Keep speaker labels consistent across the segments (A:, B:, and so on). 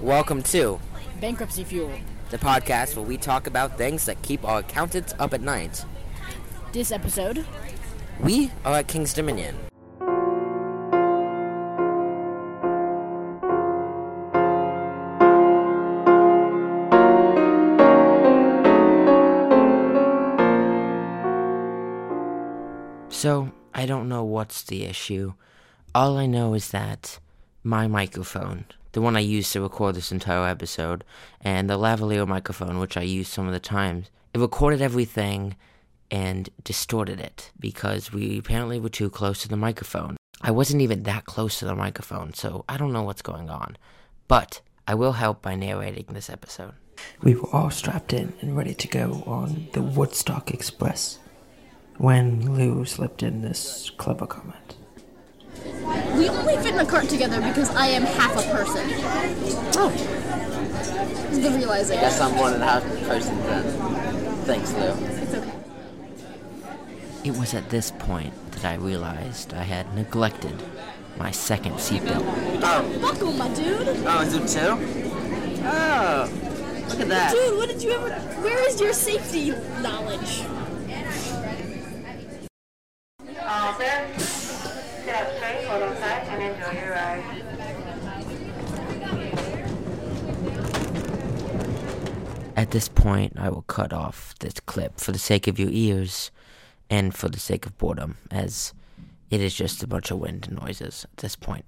A: Welcome to
B: Bankruptcy Fuel.
A: the podcast where we talk about things that keep our accountants up at night.
B: This episode,
A: We are at King's Dominion. So, I don't know what's the issue. All I know is that my microphone, the one I used to record this entire episode, and the lavalier microphone, which I use some of the times, it recorded everything and distorted it because we apparently were too close to the microphone. I wasn't even that close to the microphone, so I don't know what's going on. But I will help by narrating this episode.
C: We were all strapped in and ready to go on the Woodstock Express when Lou slipped in this clever comment.
D: We only fit in a cart together because I am half a person. Oh. The realization.
E: Guess I'm one and a half person then. Thanks, Lou.
D: It's okay.
A: It was at this point that I realized I had neglected my second seatbelt.
D: Buckle, my dude.
E: Oh, is it two? Oh, look at that.
D: Dude, what did you ever? Where is your safety knowledge?
F: All set. Sit up straight, hold on tight, and enjoy your ride.
A: At this point, I will cut off this clip for the sake of your ears and for the sake of boredom, as it is just a bunch of wind noises at this point.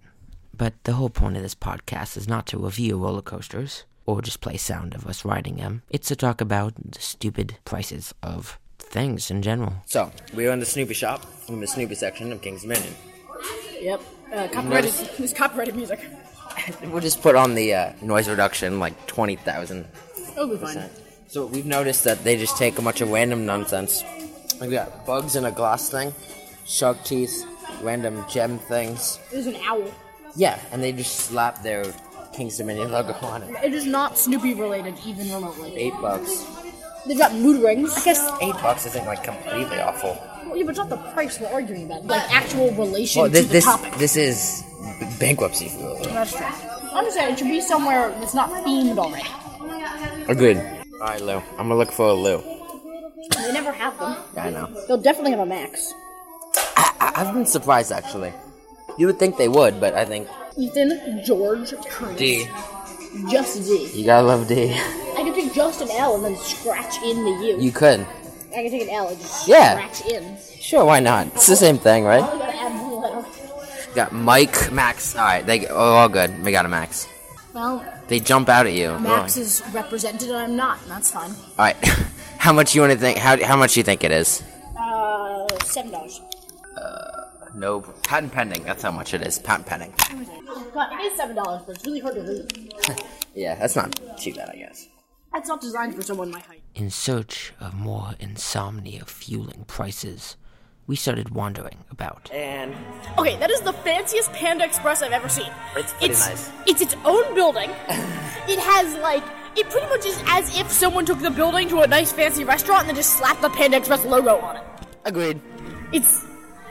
A: But the whole point of this podcast is not to review roller coasters or just play sound of us riding them, it's to talk about the stupid prices of things in general. So, we are in the Snoopy shop, in the Snoopy section of King's Dominion.
B: yep, uh, copyrighted. This copyrighted music.
A: We'll just put on the uh, noise reduction, like 20,000.
B: It'll be fine.
A: So we've noticed that they just take a bunch of random nonsense. We got bugs in a glass thing, shark teeth, random gem things.
B: There's an owl.
A: Yeah, and they just slap their King's Dominion logo on it.
B: It is not Snoopy related, even remotely.
A: Eight bucks.
B: They've got mood rings. I guess.
A: Eight bucks isn't like completely awful.
B: Well, yeah, but it's not the price we're arguing about. Like actual relation
A: Well, this
B: to the
A: this
B: topic.
A: this is b- bankruptcy.
B: That's true. I'm saying it should be somewhere that's not themed already.
A: Agreed. All right, Lou. I'm gonna look for a Lou.
B: They never have them.
A: I know.
B: They'll definitely have a Max.
A: I, I, I've been surprised actually. You would think they would, but I think
B: Ethan, George, Prince. Just D.
A: You gotta love D.
B: I could take just an L and then scratch in the U. I
A: You could.
B: could take an L and just
A: Yeah.
B: scratch in.
A: Sure, why not? It's the same thing, right?
B: I gotta add one letter.
A: Got Mike, Max. All right, they oh, all good. We got a Max.
B: Well,
A: They jump out at you.
B: Max is represented and I'm not, and that's fine.
A: all right, how much you want to think? How how much you think it is?
B: Uh, seven dollars.
A: No, patent pending. That's how much it is. Patent pending.
B: God, it is seven dollars, but it's really hard to read.
A: Yeah, that's not too bad, I guess.
B: That's not designed for someone my height.
A: In search of more insomnia fueling prices, we started wandering about.
E: And
B: Okay, that is the fanciest Panda Express I've ever seen.
E: It's pretty nice.
B: It's its own building. it has like it pretty much is as if someone took the building to a nice fancy restaurant and then just slapped the Panda Express logo on it.
A: Agreed.
B: It's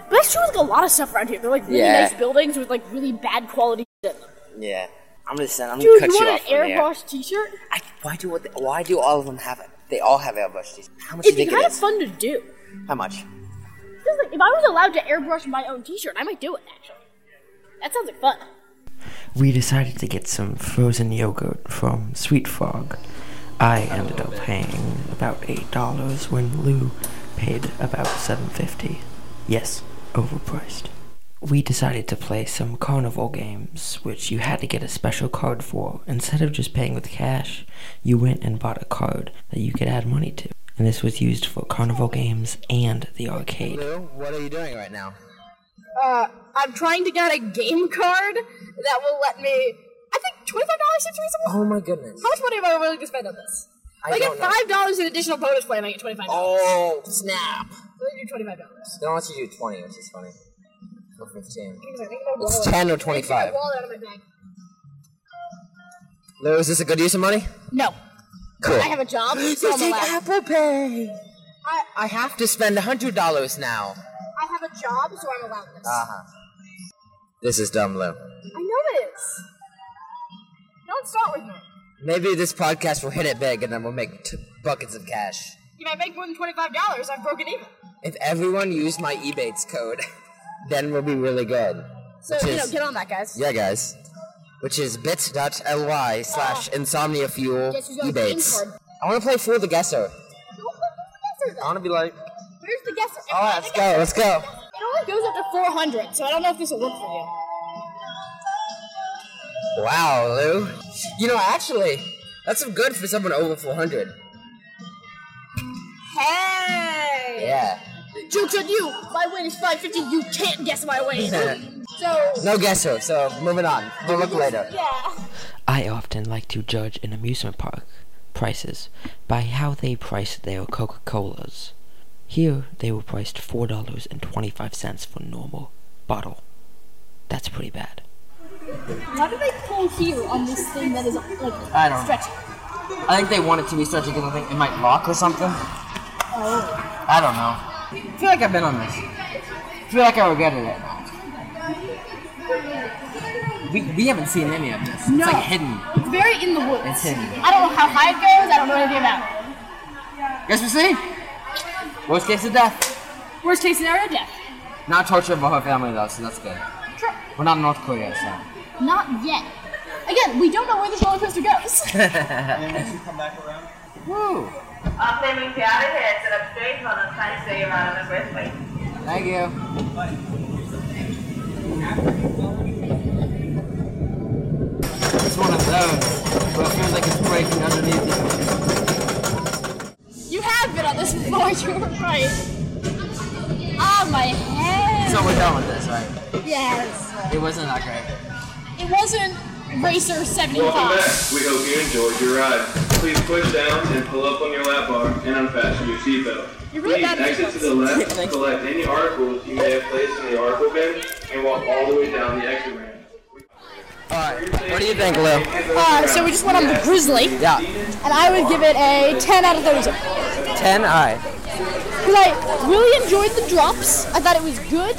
B: but that's true with like a lot of stuff around here. They're like really
E: Yeah.
B: nice buildings with like really bad quality shit.
E: yeah, I'm gonna send. I'm
B: Dude,
E: gonna cut
B: you
E: you,
B: want
E: off.
B: an
E: from the air.
B: airbrush T-shirt?
E: I, why do what? They, why do all of them have it? They all have airbrush teeth. How much
B: It'd
E: do
B: be
E: you think
B: kind
E: it
B: of
E: is?
B: fun to do.
E: How much?
B: Because, like, if I was allowed to airbrush my own T-shirt, I might do it actually. That sounds like fun.
C: We decided to get some frozen yogurt from Sweet Frog. I ended up paying about eight dollars when Lou paid about seven fifty. Yes, overpriced. We decided to play some carnival games, which you had to get a special card for. Instead of just paying with cash, you went and bought a card that you could add money to. And this was used for carnival games and the arcade.
A: What are you doing right now?
G: Uh, I'm trying to get a game card that will let me. I think twenty five dollars seems reasonable.
E: Oh my goodness.
G: How much money am I willing to spend on this?
E: I
G: I,
E: don't
G: get
E: know.
G: five dollars in additional bonus play, and I get twenty five dollars.
E: Oh snap!
G: do twenty five dollars.
E: They want you to do twenty, which is funny. Or fifteen.
A: It's ten or twenty-five.
G: Wallet out of my bag.
A: Lou, is this a good use of money?
G: No,
A: Cool.
G: I have a job, so I'm allowed.
A: Apple Pay. I, I have to spend hundred dollars now. Uh-huh.
G: I have a job, so I'm allowed this.
A: Ah. Uh huh. This is dumb, Lou.
G: I know it is. No
B: would start with me.
A: Maybe this podcast will hit it big and then we'll make t- buckets of cash.
B: If I make more than twenty-five dollars, I've broken even.
A: If everyone used my Ebates code, then we'll be really good.
B: So
A: Which
B: you know,
A: is-
B: get on that, guys.
A: Yeah, guys. Which is bit.ly slash
G: Oh.
A: insomnia fuel
H: Guess who's got a green
A: Ebates.
H: card?
A: I want to play Fool the Guesser.
B: Don't look at the guesser,
A: I want to be like,
B: then. Where's the guesser?
A: oh, let's go, let's go.
B: It only goes up to four hundred, so I don't know if this will work for you.
A: Wow, Lou. You know, actually, that's some good for someone over 400.
B: Hey!
A: Yeah.
B: Joke's on you! My weight is 550, you can't guess my weight! so,
A: no guesser, so moving on. We'll look later.
B: yeah.
C: I often like to judge an amusement park prices by how they price their Coca Colas. Here, they were priced $4.25 for normal bottle. That's pretty bad.
H: Why do they pull here on this thing that is like
A: I don't know.
H: stretchy?
A: I think they want it to be stretchy because I think it might lock or something. Oh. I don't know. I feel like I've been on this. I feel like I regretted it. We, we haven't seen any of this. It's like hidden.
B: It's very in the woods.
A: It's hidden.
B: I don't know how high it goes, I don't know anything about it.
A: Guess we'll see. Worst case of death.
B: Worst case scenario, death.
A: Not torture of her family though, so that's good. We're not in North Korea, so.
H: Not yet. Again, we don't know where this roller coaster goes.
A: Woo!
F: Uh, flaming powder heads and up straight hold on tight so you're out of the breastplate.
A: Thank you. It's one of those where it feels like it's breaking underneath you.
B: You have been on this before, you were right.
H: ah, my head.
A: So we're done with this, right?
H: yes.
A: It wasn't that great.
H: It wasn't Racer
I: Welcome
H: 75.
I: back. We hope you enjoyed your ride. Please push down and pull up on your lap bar and unfasten your seatbelt.
B: You're really
I: Please
B: bad at
I: exit to the left, collect any articles you may have placed in the article bin, and walk all the way down the exit ramp.
A: Alright, what do you think, Lou?
B: Uh, so we just went on the Grizzly,
A: Yeah,
B: and I would give it a 10 out of 30.
A: 10? Alright.
B: Because I really enjoyed the drops, I thought it was good.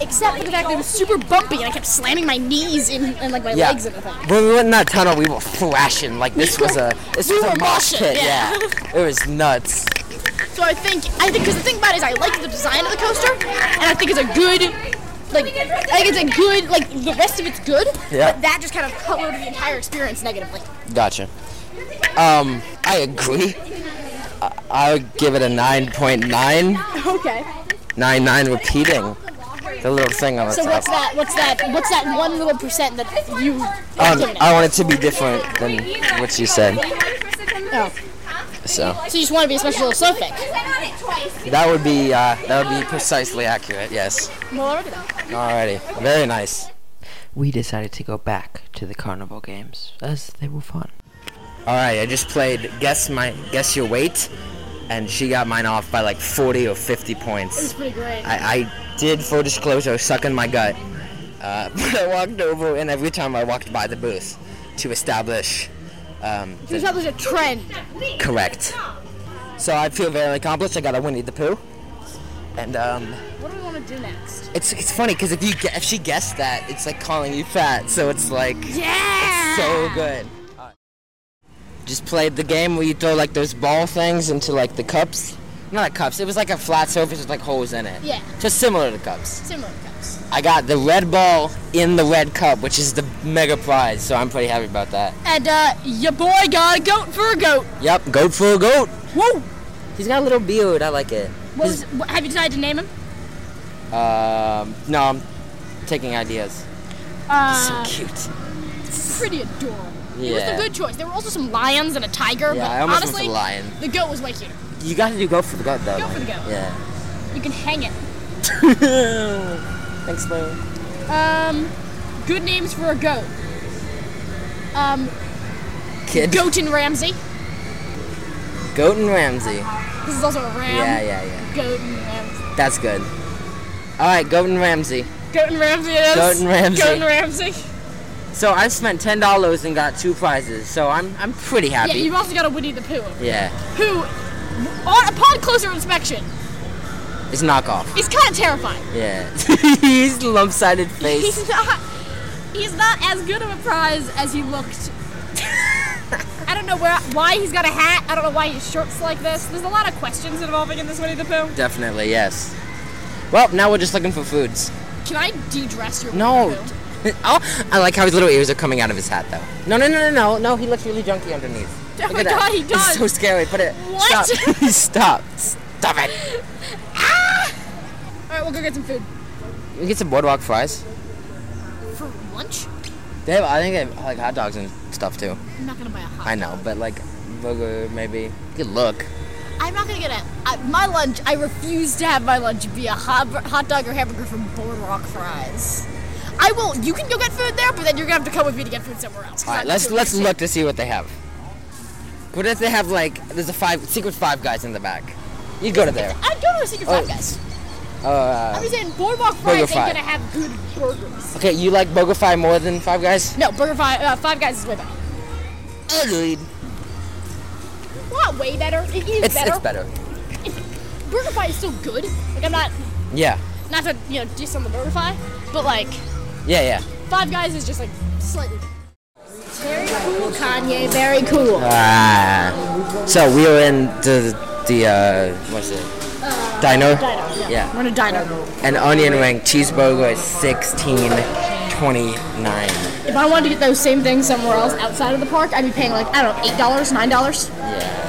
B: Except for the fact that it was super bumpy and I kept slamming my knees in, and like my
A: Yeah.
B: legs in the thing.
A: When we went in that tunnel, we were thrashing. Like, this was a, this
B: We
A: was a
B: were
A: mosh
B: moshing,
A: pit,
B: yeah.
A: yeah. It was nuts.
B: So I think I think because the thing about it is I like the design of the coaster, and I think it's a good like I think it's a good like the rest of it's good.
A: Yeah.
B: But that just kind of colored the entire experience negatively.
A: Gotcha. Um, I agree. I, I would give it a 9.999
B: Okay.
A: repeating. The little thing on the
B: So
A: top.
B: what's that? What's that? What's that one little percent that you?
A: Um,
B: giving it?
A: I want it to be different than what Oh, you said. So
B: Oh. so you just want to be a special little snowflake.
A: that would be uh, that would be precisely accurate. Yes. Alrighty. Very nice.
C: We decided to go back to the carnival games as they were fun.
A: All right. I just played guess my guess your weight, and she got mine off by like 40 or 50 points.
B: Pretty great.
A: I, I did, full disclosure, suck in my gut. Uh, but I walked over, and every time I walked by the booth to establish um,
B: There's not there's a trend.
A: correct. So I feel very accomplished. I got a Winnie the Pooh, and um,
B: What do we want to do next?
A: it's it's funny because if you gue- if she guessed that, it's like calling you fat. So it's like
B: Yeah.
A: so good. Just played the game where you throw like those ball things into like the cups. Not like cups. It was like a flat surface with like holes in it.
B: Yeah.
A: Just similar to cups.
B: Similar cups.
A: I got the red ball in the red cup, which is the mega prize, so I'm pretty happy about that.
B: And uh, your boy got a goat for a goat.
A: Yep, goat for a goat.
B: Whoa.
A: He's got a little beard, I like it.
B: What was? What, have you decided to name him?
A: Um, no, I'm taking ideas.
B: Uh,
A: so cute.
B: pretty adorable. It was
A: Yeah.
B: a good choice. There were also some lions and a tiger,
A: Yeah,
B: but
A: I almost went
B: honestly,
A: for lion.
B: the goat was way cuter.
A: You gotta do goat for the goat, though.
B: Goat for the goat.
A: Yeah.
B: You can hang it.
A: Thanks, Lou.
B: Um, good names for a goat. Um,
A: Kid.
B: goat and Ramsey.
A: Goat and Ramsey.
B: This is also a ram.
A: yeah, yeah, yeah.
B: Goat and Ramsey.
A: That's good. Alright, goat and Ramsey.
B: Goat and Ramsey it is.
A: Goat and Ramsay.
B: Goat and Ramsey.
A: So I spent ten dollars and got two prizes, so I'm I'm pretty
B: Yeah,
A: happy.
B: you've also got a Winnie the Pooh.
A: yeah.
B: Who, on, upon closer inspection,
A: It's knockoff.
B: is kind of terrifying.
A: Yeah. He's lump-sided face.
B: He's not. He's not as good of a prize as he looked
G: know where, why he's got a hat. I don't know why his shirt's like this. There's a lot of questions involving in this Winnie the Pooh.
A: Definitely, yes. Well, now we're just looking for foods.
G: Can I de-dress your
A: No.
G: Winnie the Pooh?
A: oh, I like how his little ears are coming out of his hat, though. No, no, no, no, no, no. He looks really junky underneath.
G: Oh
A: Look
G: my
A: at that.
G: God, he does.
A: It's so scary. Put it.
G: What?
A: Stop. Stop. Stop it. Ah!
G: All right, we'll go get some food
A: We get some boardwalk fries.
G: for lunch.
A: They have, I think they have like hot dogs and stuff too.
G: I'm not gonna buy a hot.
A: I know, but like burger maybe. Good look.
G: I'm not gonna get a I, my lunch. I refuse to have my lunch be a hot, hot dog or hamburger from Boardwalk Fries. I will. You can go get food there, but then you're gonna have to come with me to get food somewhere else. 'cause
A: All right,
G: I'm
A: let's
G: too
A: let's
G: lazy.
A: look to see what they have. What if they have like there's a five secret five guys in the back? You go to there.
G: I'd go to a Secret Five
A: Oh.
G: Guys.
A: Uh,
G: I'm just saying Boardwalk
A: Burger
G: Fries ain't
A: Fi.
G: gonna have good burgers.
A: okay, you like Burger Fi more than Five Guys?
G: No, Burger Five, uh, Five Guys is way better.
A: Agreed.
G: Well, not way better. It is
A: It's
G: better.
A: it's better.
G: Burger Fi is still good. Like I'm not
A: Yeah,
G: not to you know diss on the Burger Fi, but like
A: yeah, yeah.
G: Five Guys is just like slightly. Very cool, Kanye. Very cool.
A: Uh, Ah. So we were in the the uh, what's it? Diner. yeah.
G: We're in a diner.
A: An onion ring cheeseburger is sixteen twenty nine.
G: If I wanted to get those same things somewhere else outside of the park, I'd be paying like I don't know, eight dollars, nine dollars.
A: Yeah.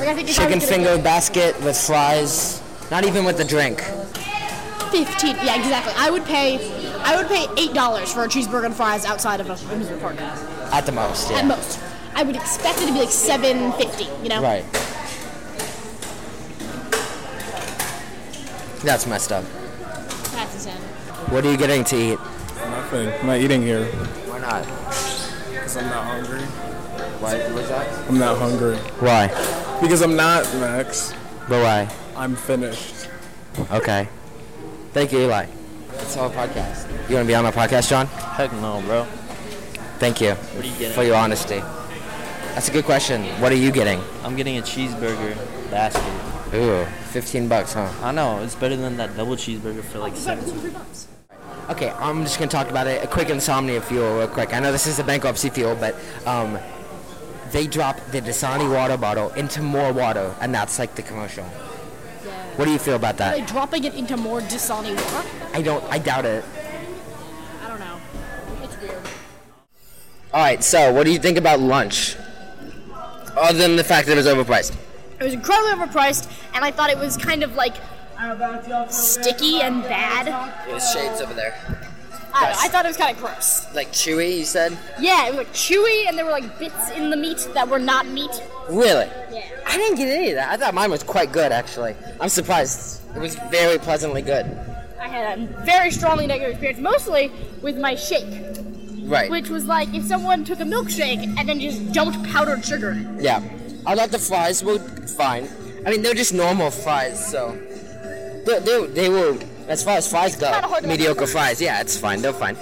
G: Like I think if I
A: Chicken
G: was gonna
A: finger basket with fries. Not even with the drink.
G: get fifteen. Yeah, exactly. I would pay, I would pay eight dollars for a cheeseburger and fries outside of a amusement park
A: At the most.
G: at
A: Yeah.
G: most. I would expect it to be like seven fifty. You know.
A: Right. That's messed up.
G: That's insane.
A: What are you getting to eat?
J: Nothing. I'm not eating here.
A: Why not?
J: Because I'm not hungry.
A: Why? What's that?
J: I'm not hungry.
A: Why?
J: Because I'm not, Max.
A: But why?
J: I'm finished.
A: Okay. Thank you, Eli. It's our podcast. You want to be on our podcast, John?
K: Heck no, bro.
A: Thank you
K: What are you getting?
A: for your honesty. That's a good question. What are you getting?
K: I'm getting a cheeseburger basket.
A: Ooh, 15 bucks, huh?
K: I know, it's better than that double cheeseburger for like seven.
A: Okay, I'm just gonna talk about a, a quick insomnia fuel real quick. I know this is a bankruptcy fuel, but um, they drop the Dasani water bottle into more water, and that's like the commercial. What do you feel about
G: Like
A: that?
G: dropping it into more Dasani water.
A: I don't. I doubt it.
G: I don't know. It's weird.
A: All right. So, what do you think about lunch? Other than the fact that it was overpriced.
B: It was incredibly overpriced, and I thought it was kind of like sticky and bad. I,
A: It was shades over there.
B: don't know, I thought it was kind of gross.
A: Like chewy, you said.
B: Yeah, it was like chewy, and there were like bits in the meat that were not meat.
A: Really?
B: Yeah.
A: I didn't get any of that. I thought mine was quite good, actually. I'm surprised. It was very pleasantly good.
B: I had a very strongly negative experience, mostly with my shake,
A: Right.
B: which was like if someone took a milkshake and then just dumped powdered sugar in it.
A: Yeah. I thought the fries were fine. I mean, they're just normal fries, so. They, they, they were, as far as fries go,
B: kinda hard to like
A: mediocre fries. Yeah, it's fine. They're fine.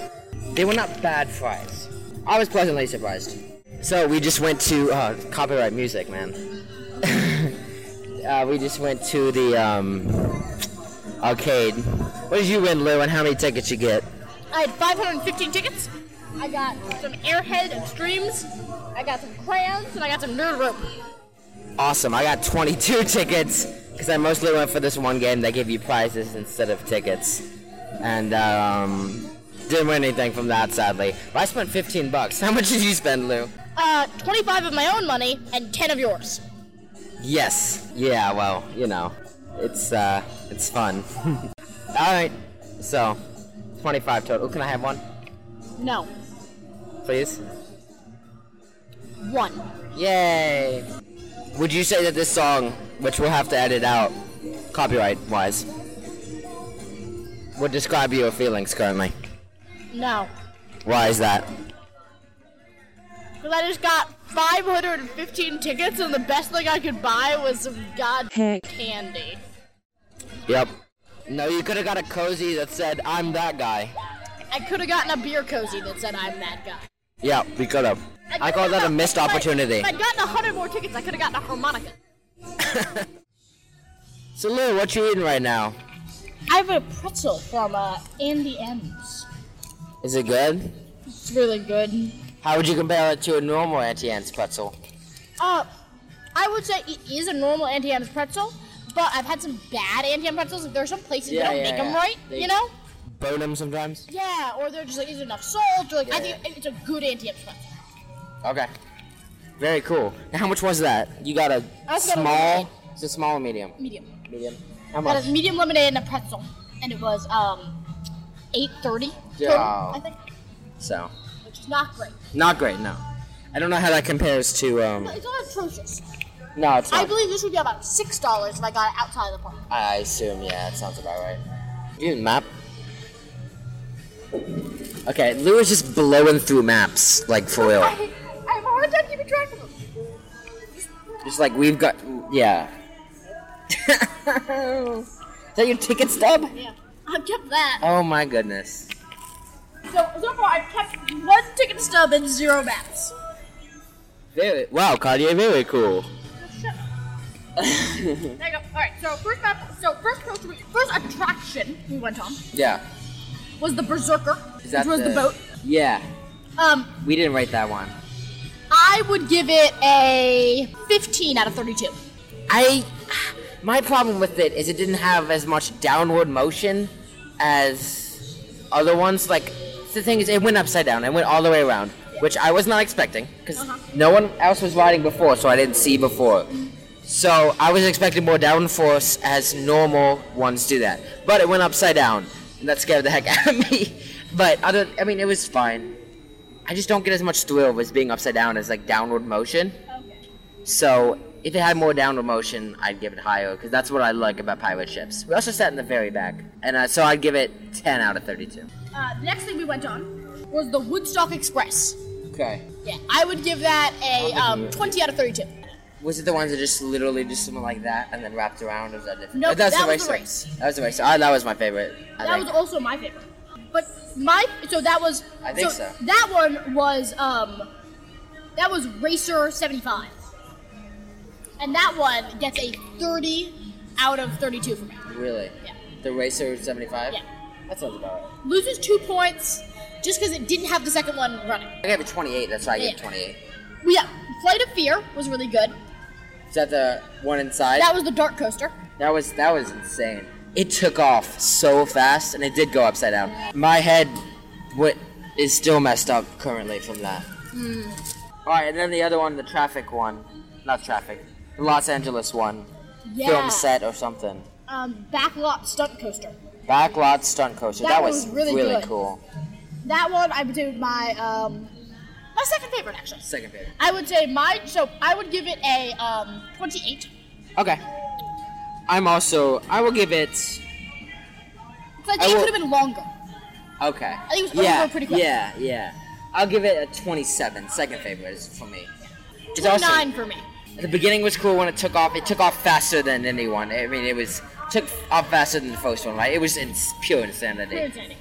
A: They were not bad fries. I was pleasantly surprised. So we just went to uh, copyright music, man. uh, we just went to the um, arcade. What did you win, Lou? And how many tickets you get?
B: I had 515 tickets. I got some airhead extremes. I got some crayons, and I got some nerd rope.
A: Awesome. I got 22 tickets because I mostly went for this one game that gave you prizes instead of tickets. And um, didn't win anything from that, sadly. But I spent 15 bucks. How much did you spend, Lou?
B: Uh, 25 of my own money and 10 of yours.
A: Yes. Yeah, well, you know, it's uh, it's fun. All right. So, 25 total. Can I have one,
B: No,
A: please?
B: one.
A: Yay. Would you say that this song, which we'll have to edit out, copyright wise, would describe your feelings currently?
B: No.
A: Why is that?
B: Because I just got 515 tickets, and the best thing I could buy was some god candy.
A: Yep. No, you could have got a cozy that said, I'm that guy.
B: I could have gotten a beer cozy that said I'm that guy.
A: Yeah, we could have. I call that a missed opportunity.
B: If I'd gotten 100 more tickets, I could have gotten a harmonica.
A: So, Lou, what you eating right now?
B: I have a pretzel from uh, Andy M's.
A: Is it good?
B: It's really good.
A: How would you compare it to a normal Auntie Anne's pretzel?
B: Uh, I would say it is a normal anti Adams pretzel, but I've had some bad anti Adams pretzels. Like, there are some places
A: Yeah,
B: that don't
A: yeah,
B: make them
A: yeah.
B: right,
A: They-
B: you know?
A: Burn them sometimes.
B: Yeah, or they're just like, is enough salt? Or like, I think it's a good anti Adams pretzel.
A: Okay. Very cool. Now, how much was that? You got a
B: I've got a
A: small. It's a small or medium.
B: Medium.
A: Medium. How
B: Got a
A: much?
B: medium lemonade and a pretzel, and it was um, eight thirty.
A: Yeah.
B: I think,
A: So,
B: which is not great.
A: not great. No. I don't know how that compares to. Um,
B: But it's not atrocious.
A: no, it's
B: I
A: not.
B: believe this would be about six dollars if I got it outside of the park.
A: I assume, yeah, that sounds about right. Do you need a map? Okay, Lou is just blowing through maps, like for real.
B: I, I have a hard time keeping track of them.
A: Just like we've got, yeah. is that your ticket stub?
B: Yeah, I've kept that.
A: Oh my goodness.
B: So so far, I've kept one ticket stub and zero maps.
A: Very, wow, Cartier, very cool.
B: There you go. All right. So first map. So first coaster we- first attraction we went on
A: yeah.
B: was the Berserker,
A: Is that
B: which was the, boat.
A: Yeah,
B: Um,
A: we didn't write that one.
B: I would give it a fifteen out of thirty-two.
A: I, my problem with it is it didn't have as much downward motion as other ones. Like the thing is, it went upside down. It went all the way around, which I was not expecting because no one else was riding before, so I didn't see before. So I was expecting more downforce as normal ones do that, but it went upside down, and that scared the heck out of me. But other, I mean, it was fine. I just don't get as much thrill as being upside down as like downward motion. So if it had more downward motion, I'd give it higher because that's what I like about pirate ships. We also sat in the very back, and uh, so I'd give it 10 out of 32.
B: Uh, the next thing we went on was the Woodstock Express.
A: Okay.
B: Yeah, I would give that a um, 20 out of 32.
A: Was it the ones that just literally just something like that and then wrapped around? Or was that different?
B: No,
A: Oh, that's
B: that
A: the
B: was the
A: race. That was the race. Oh, that was my favorite. I
B: that
A: think.
B: was also my favorite. But my so that was
A: I think so.
B: that one was um that was Racer 75. And that one gets a 30 out of 32 for me.
A: really?
B: Yeah.
A: The racer 75?
B: Yeah.
A: That sounds about right.
B: Loses 2 points just cuz it didn't have the second one running.
A: I gave it 28, that's why I gave
B: Yeah.
A: 28.
B: We yeah, Flight of Fear was really good.
A: Is that the one inside?
B: That was the dark coaster.
A: That was that was insane. It took off so fast, and it did go upside down. My head, what is still messed up currently from that.
B: Hmm.
A: All right, and then the other one, the traffic one, not traffic, the Los Angeles one,
B: Yeah.
A: film set or something.
B: Um backlot stunt coaster.
A: Backlot stunt coaster.
B: That
A: That,
B: one
A: was,
B: was really good.
A: cool.
B: That one I would do my um my second favorite actually.
A: Second favorite.
B: I would say my so I would give it a um 28.
A: Okay. I'm also. I will give it.
B: So I
A: I
B: think
A: will-
B: it could have been longer.
A: Okay.
B: I think it was
A: yeah.
B: over pretty quick.
A: Yeah. Yeah. I'll give it a 27. Second favorite is for me. It's also-
B: 29 for me.
A: The beginning was cool when it took off. It took off faster than anyone. I mean, it was took off faster than the first one, right? It was in pure insanity.
B: Here's Jenny.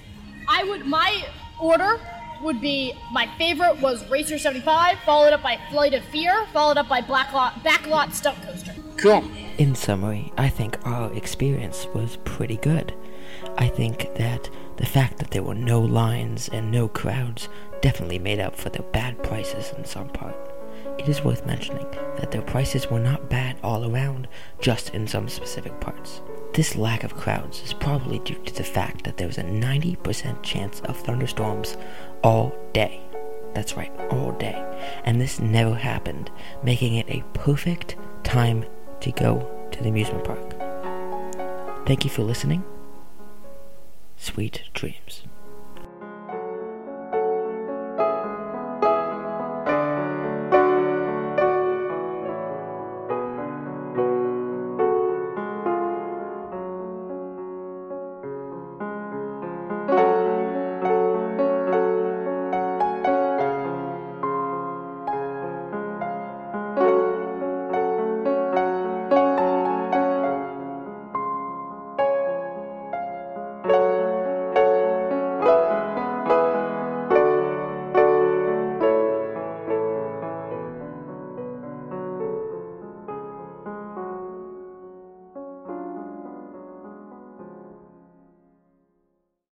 B: I would my order would be my favorite was Racer 75, followed up by Flight of Fear, followed up by Blacklot Backlot Stunt Coaster.
A: Cool.
C: In summary, I think our experience was pretty good. I think that the fact that there were no lines and no crowds definitely made up for the bad prices in some part. It is worth mentioning that their prices were not bad all around, just in some specific parts. This lack of crowds is probably due to the fact that there was a 90% chance of thunderstorms all day. That's right, all day. And this never happened, making it a perfect time to go to the amusement park. Thank you for listening. Sweet dreams.